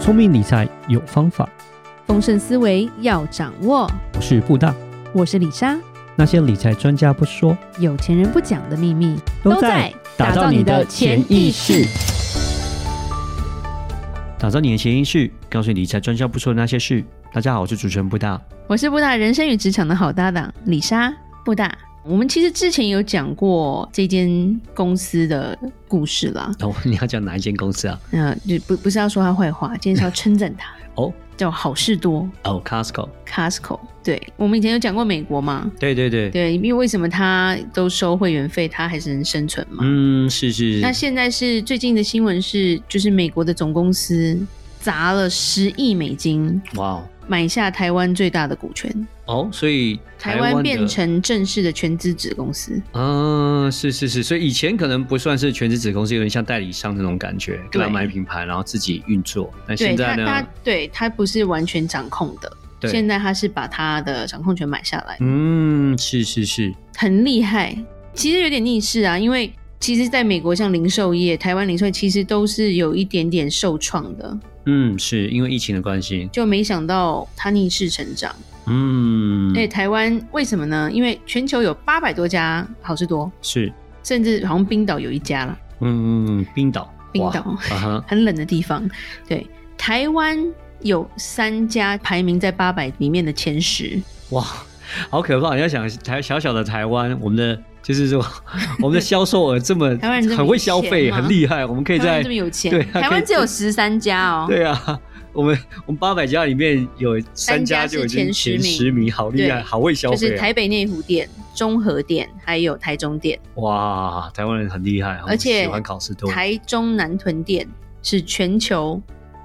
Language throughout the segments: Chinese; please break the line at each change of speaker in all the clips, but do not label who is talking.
聪明理财有方法，
丰盛思维要掌握。
我是布大。
我是李莎，
那些理财专家不说，
有钱人不讲的秘密
打造你的潜意识。。打造你的潜意识，告诉你理财专家不说的那些事。大家好，我是主持人布大。
我是布大人生与职场的好搭档李莎布大。我们其实之前有讲过这间公司的故事啦，
哦，你要 讲哪一间公司啊？
呃，就不不是要说他坏话，今天是要称赞 他，
哦
叫好事多
哦，Costco。
Costco。对，我们以前有讲过美国嘛，
对对对，
对，因为为什么他都收会员费，他还是能生存嘛？
嗯，是是
那
是。
现在是最近的新闻是，就是美国的总公司砸了十亿美金
哇哦
买下台湾最大的股权，
哦，所以
台
湾的
湾变成正式的全资子公司。
嗯，是是是，所以以前可能不算是全职子公司，有点像代理商那种感觉，给他
对
买品牌，然后自己运作。但
对
现
他，
在
他
呢？
对他不是完全掌控的，
对，
现在他是把他的掌控权买下来，
嗯，是是是，
很厉害。其实有点逆势啊，因为其实在美国，像零售业、台湾零售业其实都是有一点点受创的，
嗯，是因为疫情的关系，
就没想到他逆势成长。
嗯，
对台湾为什么呢？因为全球有八百多家好事多，
是，
甚至好像冰岛有一家了，
嗯，冰岛，
冰
哇
岛
啊哈，
很冷的地方。对，台湾有三家排名在八百里面的前十，
哇，好可怕！你要想台小小的台湾，我们的就是说，我们的销售额这么
台湾人这么
很会消费，
有钱吗
很厉害，我们可以
台湾
在
这么有钱，
对啊
台
可以
湾只有十三家哦。
对啊，我们我们八百家里面有三
三家
家
是
就已经
前十
前十名，好厉害，
对
好会消
就
费啊、
是台北内湖店、中和店，还有台中店，
哇，台湾人很厉害，
而且
喜欢考试多。
台中南屯店是全球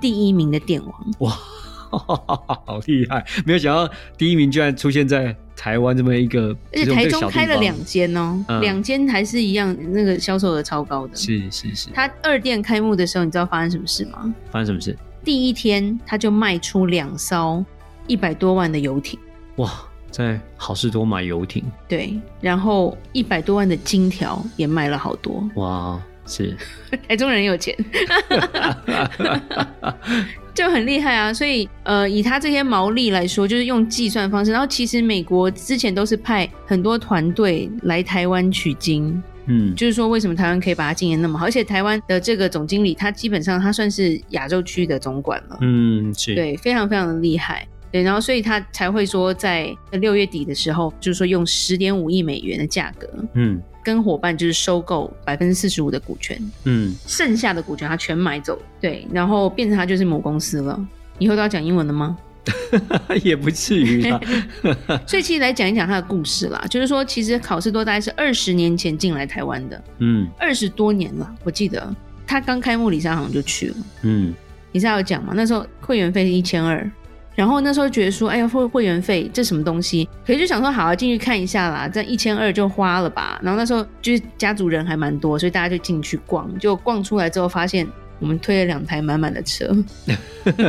第一名的店王。
好厉害！没有想到第一名居然出现在台湾这么一个，
而
这
且
种
台
这个
中
小地
开了
方
两间哦
嗯，
两间、还是一样，那个销售额超高的。
是是是，
他二店开幕的时候，你知道发生什么事吗？
发生什么事？
第一天他就卖出两艘一百多万的游艇，
哇，在好事多买游艇，
对，然后一百多万的金条也卖了好多。
哇，是，
台中人有钱， 就很厉害啊！所以呃，以他这些毛利来说，就是用计算方式。然后其实美国之前都是派很多团队来台湾取经，
嗯，
就是说为什么台湾可以把它经营那么好，而且台湾的这个总经理他基本上他算是亚洲区的总管了，
嗯是，，
对，非常非常的厉害。对，然后所以他才会说，在六月底的时候，就是说用十点五亿美元的价格
嗯
跟伙伴就是收购百分之四十五的股权，
嗯，
剩下的股权他全买走，对，然后变成他就是母公司了。以后都要讲英文了吗？
也不至于 啦，
所以其实来讲一讲他的故事啦，就是说，其实考试多大概是二十年前进来台湾的，
嗯
二十多年了，我记得他刚开幕，李莎好像就去了。
嗯
李莎有讲嘛，那时候会员费是一千二，然后那时候觉得说，哎呀，会会员费这什么东西？可是就想说，好、啊，进去看一下啦，这一千二就花了吧。然后那时候就是家族人还蛮多，所以大家就进去逛，就逛出来之后发现。我们推了两台满满的车，怎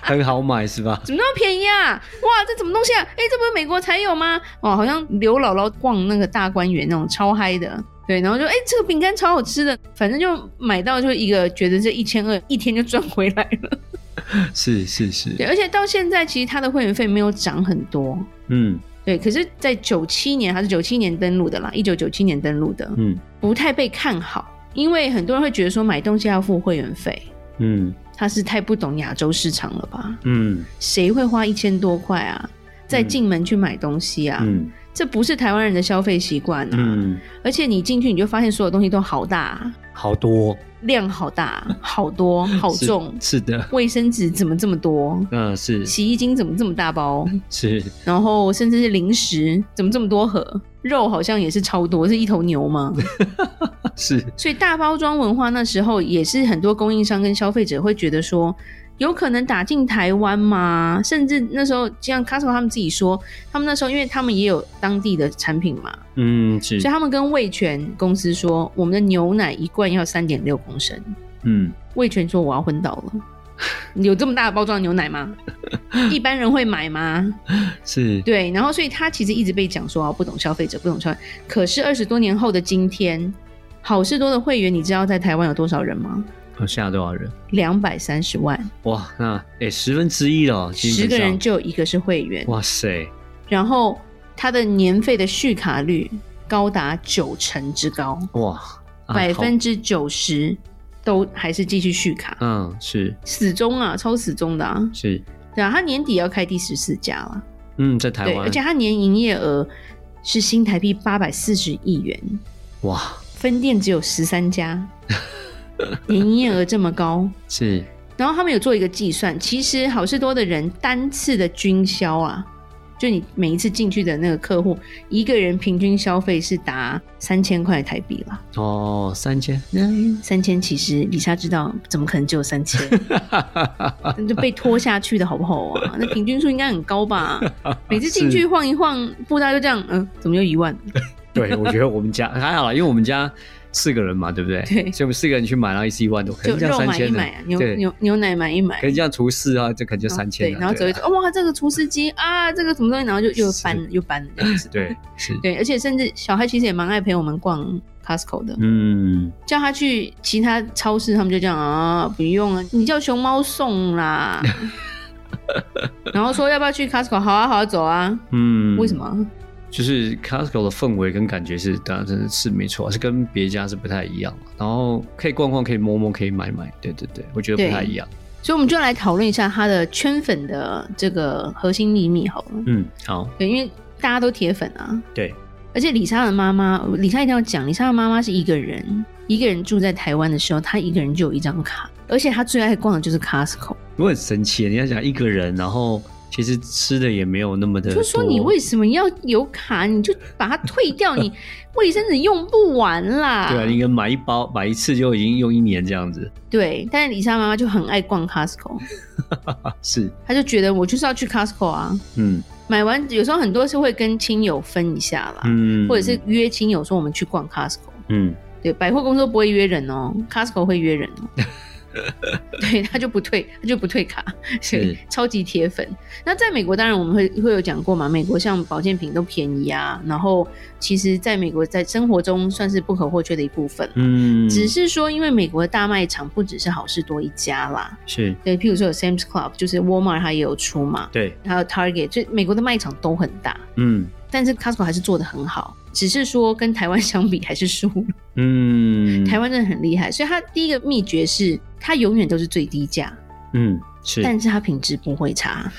很好买是吧？
么那么便宜啊？哇，这什么东西啊？哎，这不是美国才有吗？哇，好像刘姥姥逛那个大观园那种超嗨的，对，然后就哎，这个饼干超好吃的，反正就买到就一个，觉得这一千二一天就赚回来了。
是是是，
对，而且到现在其实它的会员费没有涨很多。
嗯
对，可是，在九七年还是九七年登录的啦，一九九七年登录的，
嗯
不太被看好，因为很多人会觉得说买东西要付会员费，
嗯
他是太不懂亚洲市场了吧？
嗯
谁会花一千多块啊，再
嗯
进门去买东西啊？
嗯
这不是台湾人的消费习惯啊！
嗯，
而且你进去你就发现所有东西都好大啊，
好多，
量好大，好多，好
是
重，
是的，
卫生纸怎么这么多？
嗯是
洗衣精怎么这么大包？
是，
然后甚至是零食，怎么这么多盒？肉好像也是超多，是一头牛吗？
是，
所以大包装文化那时候也是很多供应商跟消费者会觉得说，有可能打进台湾吗？甚至那时候像 Costco 他们自己说，他们那时候因为他们也有当地的产品嘛，
嗯是
所以，他们跟味全公司说，我们的牛奶一罐要三点六公升。
嗯
味全说我要昏倒了，有这么大的包装牛奶吗？一般人会买吗？
是，
对，然后所以他其实一直被讲说啊，不懂消费者，不懂消费。可是二十多年后的今天，好事多的会员，你知道在台湾有多少人吗？
哦现在多少人？
两百三十万，
哇，那哎十分之一了哦，基
十
本
个
上
人就有一个是会员，
哇塞，
然后它的年费的续卡率高达九成之高，
哇，啊
百
好
分之九十都还是继续续卡，
嗯是
死忠啊，超死忠的啊！
是，
对啊，他年底要开第十四家了，
嗯，在台
对，
湾
而且，他年营业额是新台币八百四十亿元，
哇
分店只有十三家，年营业额这么高。
是
然后他们有做一个计算，其实好事多的人单次的均销啊，就你每一次进去的那个客户，一个人平均消费是达三千块台币啦。
哦三千，
嗯，三千其实李莎知道，怎么可能只有三千？那就被拖下去的好不好啊？那平均数应该很高吧？每次进去晃一晃，布袋就这样，嗯，怎么又一万？
对我觉得我们家还好啦，因为我们家四个人嘛，对不对？
对
所以我们四个人去买，然后一次一万多，可
就
能这样
肉
三
买一
千呢
买啊，牛
对，
牛牛奶买一买哦
可，能这样除四啊，这可能就三千
对，
了。
然后走
对
一
啊
走，哇，这个厨师机啊，这个什么东西，然后就又
是
搬又搬了这样子。
对啊是，
对，而且甚至小孩其实也蛮爱陪我们逛 Costco 的，
嗯，
叫他去其他超市，他们就这样啊，不用了，你叫熊猫送啦。然后说要不要去 Costco？好啊，好啊，走啊。
嗯，
为什？么？
就是 Costco 的氛围跟感觉是，当然真的是没错，是跟别家是不太一样。然后可以逛逛，可以摸摸，可以买买，对对对，我觉得
对
不太一样。
所以我们就来讨论一下它的圈粉的这个核心秘密好了。
嗯，好，
对，因为大家都铁粉啊，
对，
而且李莎的妈妈，李莎一定要讲，李莎的妈妈是一个人，一个人住在台湾的时候，她一个人就有一张卡，而且她最爱逛的就是 Costco。
我很神奇，你要讲一个人，然后其实吃的也没有那么的多，
就说你为什么要有卡？你就把它 退掉，你卫生纸用不完啦。
对啊，你可能买一包，买一次就已经用一年这样子，
对但是李莎妈妈就很爱逛 Costco，
啊、是，
她就觉得我就是要去 Costco 啊。
嗯
买完有时候很多是会跟亲友分一下啦，
嗯，
啊或者是约亲友说我们去逛 Costco。
嗯，
对，百货公司都不会约人哦，Costco 会约人哦。对，他就不退，他就不退卡，
是
是超级铁粉。那在美国，当然我们会会有讲过嘛，美国像保健品都便宜啊，然后其实在美国在生活中算是不可或缺的一部分。
嗯，
只是说，因为美国的大卖场不只是好事多一家啦，
是，
对，譬如说有 Sam's Club，就是 Walmart 它也有出嘛，
对，
还有 Target，所以美国的卖场都很大，
嗯
但是 Costco 还是做的很好，只是说跟台湾相比还是输了。
嗯，
台，湾真的很厉害，所以它第一个秘诀是它永远都是最低价，
嗯，是，
但是它品质不会差，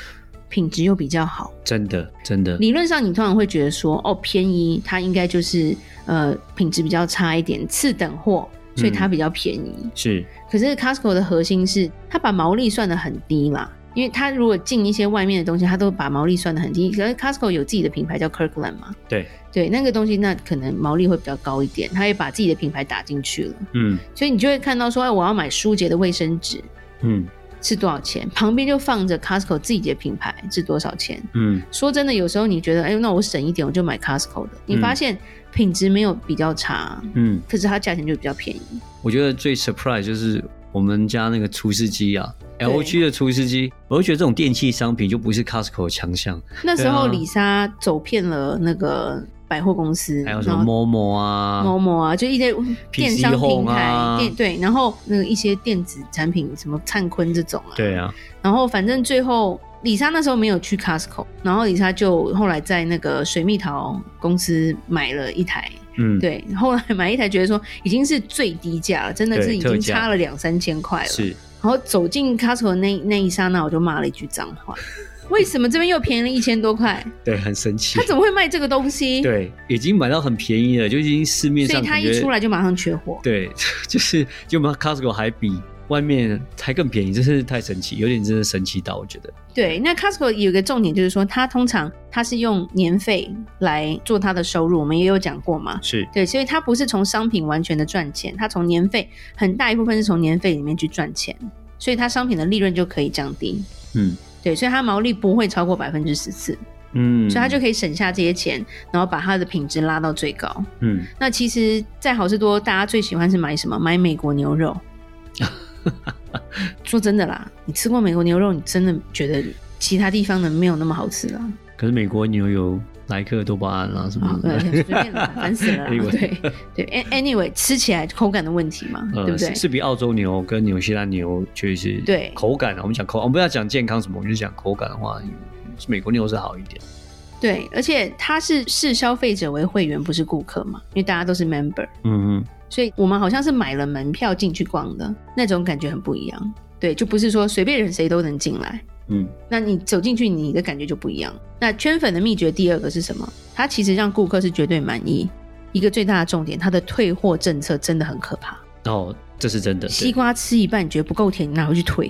品质又比较好。
真的真的，
理论上，你通常会觉得说，哦，便宜，它应该就是呃品质比较差一点，次等货，所以它比较便宜。
是，
可是 Costco 的核心是，它把毛利算得很低啦。因为它如果进一些外面的东西，它都把毛利算得很低。可是 Costco 有自己的品牌叫 Kirkland 嘛，
对，
对那个东西，那可能毛利会比较高一点。它也把自己的品牌打进去了。
嗯
所以你就会看到说，哎，我要买舒洁的卫生纸
嗯
是多少钱？旁边就放着 Costco 自己的品牌是多少钱？
嗯，
说真的，有时候你觉得，哎，那我省一点，我就买 Costco 的。你发现品质没有比较差，
嗯，
可是它价钱就比较便宜。
我觉得最 surprise 就是我们家那个除湿机啊，LG 的除湿机，我就觉得这种电器商品就不是 Costco 的强项，
那时候
对啊
李莎走遍了那个百货公司，
还有什
然
么
后
某某啊，
某某啊，就一些电商平
Home
台，
啊
电对，然后那个一些电子产品，什么灿坤这种啊，
对啊，
然后反正最后李莎那时候没有去 Costco，然后李莎就后来在那个水蜜桃公司买了一台，
嗯，，
对，后来买一台觉得说已经是最低价了，真的是
对
已
特
经
价
差了两三千块了。
是，
然后走进 Costco 那那一刹那，我就骂了一句脏话。为什么这边又便宜了一千多块？
对，很神奇
他。怎么会卖这个东西？，
对，已经买到很便宜了，就已经市面
所
上
以他
感觉
一出来就马上缺货。
对， 就是就我们 Costco 还比外面还更便宜，真是太神奇，有点真的神奇到我觉得。
对，那 Costco 有一个重点就是说，它通常它是用年费来做它的收入，我们也有讲过嘛。
是，
对，所以它不是从商品完全的赚钱，它从年费很大一部分是从年费里面去赚钱，所以它商品的利润就可以降低。
嗯
对，所以它毛利不会超过百分之十四，
嗯，
所以它就可以省下这些钱，然后把它的品质拉到最高。
嗯，
那其实，在好事多，大家最喜欢是买什么？买美国 牛肉。说真的啦，你吃过美国牛肉，你真的觉得其他地方的没有那么好吃啦。
可是美国牛油莱克多巴胺啊什
啊
么，
对，
的，
随便啦，烦死
哎
了啦。对
Anyway
对，an-，anyway，吃起来口感的问题嘛，对不对
呃嗯是？是比澳洲牛跟纽西兰牛确实是
对
口感啊，我们讲口，我们不要讲健康什么，我们就讲口感的话，嗯美国牛是好一点。
对，而且它是视消费者为会员，不是顾客嘛，因为大家都是 member，
嗯嗯，
所以我们好像是买了门票进去逛的那种感觉很不一样。对，就不是说随便人谁都能进来。
嗯，
那你走进去，你的感觉就不一样。那圈粉的秘诀第二个是什么？它其实让顾客是绝对满意。一个最大的重点，它的退货政策真的很可怕。
哦，这是真的。对
西瓜吃一半你觉得不够甜，你拿回去退，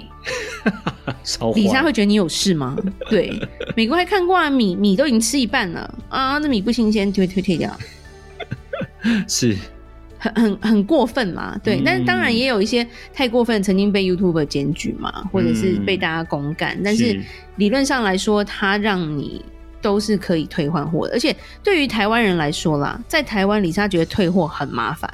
烧
李莎
坏
会觉得你有 事吗？对，美国还看过啊，米米都已经吃一半了啊，那米不新鲜，退退退掉，
是
很很很过分嘛。对，
嗯
但是当然也有一些太过分，曾经被 YouTuber 检举嘛，或者是被大家公干。但是
嗯是
理论上来说，它让你都是可以退换货的，而且对于台湾人来说啦，在台湾李莎觉得退货很麻烦。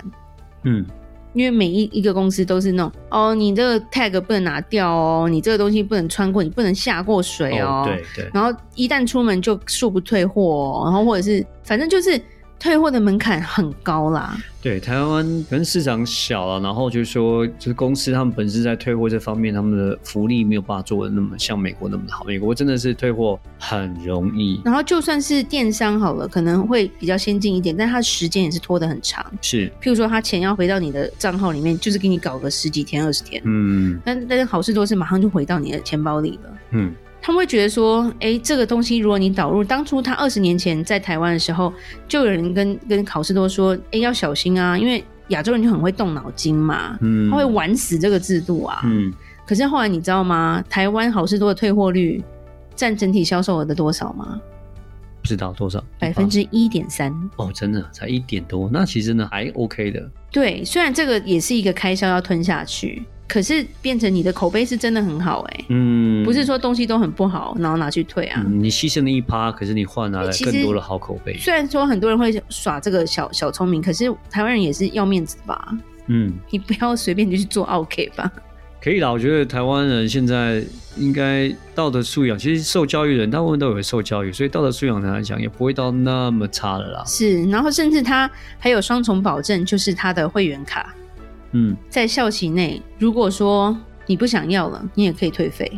嗯
因为每一一个公司都是那种哦，你这个 tag 不能拿掉哦，你这个东西不能穿过，你不能下过水哦，
对对，
然后一旦出门就恕不退货哦、然后或者是反正就是退货的门槛很高啦。
对，台湾可能市场小了，然后就是说，就是公司他们本身在退货这方面，他们的福利没有办法做的那么像美国那么好。美国真的是退货很容易，
然后就算是电商好了，可能会比较先进一点，但它的时间也是拖得很长。
是，
譬如说，它钱要回到你的账号里面，就是给你搞个十几天、二十天。
嗯
但但是好事多是马上就回到你的钱包里了。
嗯，
他们会觉得说，哎，这个东西如果你导入，当初他二十年前在台湾的时候，就有人跟跟考试多说，哎，要小心啊，因为亚洲人就很会动脑筋嘛，
嗯，
他会玩死这个制度啊。
嗯，
可是后来你知道吗？台湾好事多的退货率占整体销售额的多少吗？
不知道多少
百分之一点三。
哦，真的才一点多，那其实呢还 OK 的，
对，虽然这个也是一个开销要吞下去，可是变成你的口碑是真的很好哎、
嗯，
不是说东西都很不好，然后拿去退啊。
嗯你牺牲了一趴，可是你换来了
其实
更多的好口碑，
虽然说很多人会耍这个小小聪明，可是台湾人也是要面子吧？
嗯，
你不要随便就去做 OK 吧？
可以啦，我觉得台湾人现在应该道德素养，其实受教育人大部分都有受教育，所以道德素养来讲也不会到那么差了啦。
是，然后甚至他还有双重保证，就是他的会员卡
嗯
在校期内，如果说你不想要了，你也可以退费。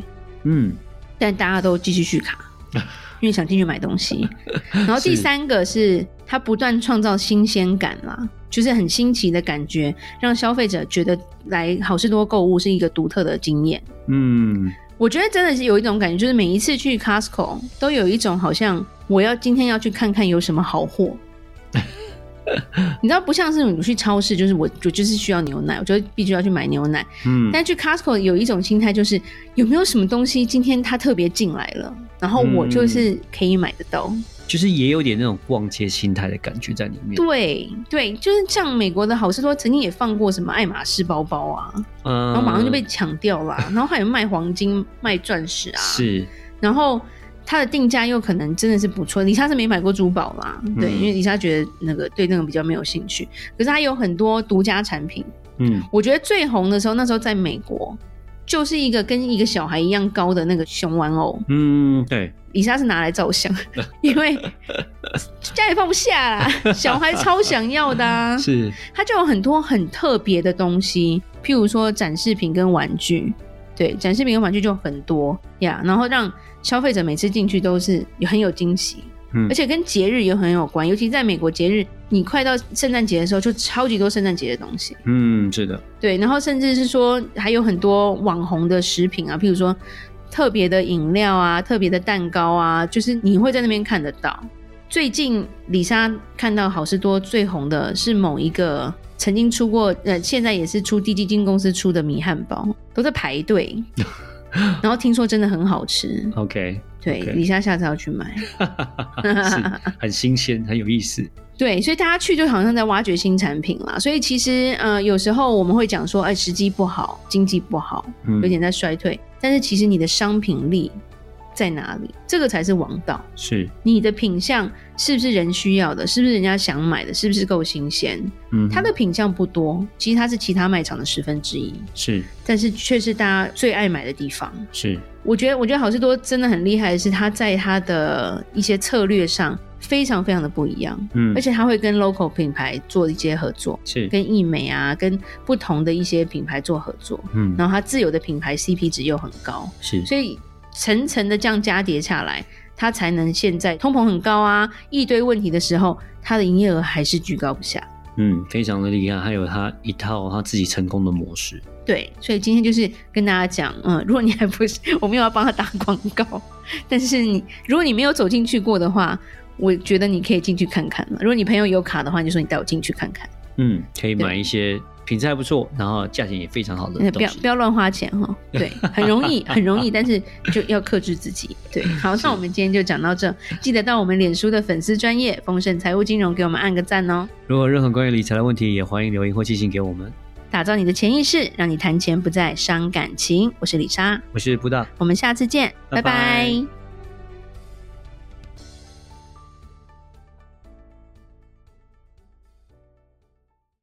嗯，
但大家都继续续卡，因为想进去买东西。然后第三个是它不断创造新鲜感啦，就是很新奇的感觉，让消费者觉得来好事多购物是一个独特的经验。
嗯，
我觉得真的是有一种感觉，就是每一次去 Costco 都有一种好像我要今天要去看看有什么好货。你知道，不像是你去超市，就是我我就是需要牛奶，我就必须要去买牛奶。
嗯，
但去 Costco 有一种心态，就是有没有什么东西今天它特别进来了，然后我
嗯
就是可以买得到。
就是也有点那种逛街心态的感觉在里面。
对对，就是像美国的好事多曾经也放过什么爱马仕包包啊，
嗯，
然后马上就被抢掉了啊、 然后还有卖黄金、卖钻石啊，
是，
然后。它的定价又可能真的是不错，李莎是没买过珠宝啦，对，
嗯
因为李莎觉得那个对那个比较没有兴趣。可是它有很多独家产品，
嗯
我觉得最红的时候，那时候在美国，就是一个跟一个小孩一样高的那个熊玩偶，
嗯，对，
李莎是拿来 照相，因为家里放不下 啦，小孩超想要的、啊，
是，
它就有很多很特别的东西，譬如说展示品跟玩具，对，展示品跟玩具就很多呀然后让消费者每次进去都是很有惊喜。
嗯
而且跟节日也很有关，尤其在美国节日，你快到圣诞节的时候，就超级多圣诞节的东西。
嗯，是的，
对，然后甚至是说还有很多网红的食品啊，譬如说特别的饮料啊、特别的蛋糕啊，就是你会在那边看得到。最近李莎看到好事多最红的是某一个曾经出过，呃，现在也是出低基金公司出的米汉堡，都在排队。然后听说真的很好吃，
，OK，
对
OK
李莎下次要去买。
是很新鲜，很有意思。
对，所以大家去就好像在挖掘新产品啦。所以其实，呃，有时候我们会讲说，哎，时机不好，经济不好，
嗯
有点在衰退。但是其实你的商品力在哪里，这个才是王道。
是，
你的品相是不是人需要的？是不是人家想买的？是不是够新鲜？
嗯，
它的品相不多，其实它是其他卖场的十分之一，
是
但是却是大家最爱买的地方。
是，
我觉得，我觉得好事多真的很厉害的是，他在他的一些策略上，非常非常的不一样。
嗯
而，且它会跟 local 品牌做一些合作，
是，
跟易美啊，跟不同的一些品牌做合作，
嗯，
然后它自有的品牌 CP 值又很高，
是，
所以层层的这样加叠下来，它才能现在通膨很高啊，一堆问题的时候，它的营业额还是居高不下。
嗯，非常的厉害，还有他一套他自己成功的模式。
对，所以今天就是跟大家讲，嗯，如果你还不是，我没有要帮他打广告，但是你如果你没有走进去过的话，我觉得你可以进去看看了。如果你朋友有卡的话，你就说你带我进去看看，
嗯，可以
对
买一些品质还不错，然后价钱也非常好的
呃不
东
要
西
不。要乱花钱哈、 对，很容易，很容易，但是就要克制自己。对，好，那我们今天就讲到这，记得到我们脸书的粉丝专业丰盛财务金融给我们按个赞哦，
如果有任何关于理财的问题，也欢迎留言或寄信给我们。
打造你的潜意识，让你谈钱不再伤感情。我是李莎，
我是布大，
我们下次见，
拜拜
拜拜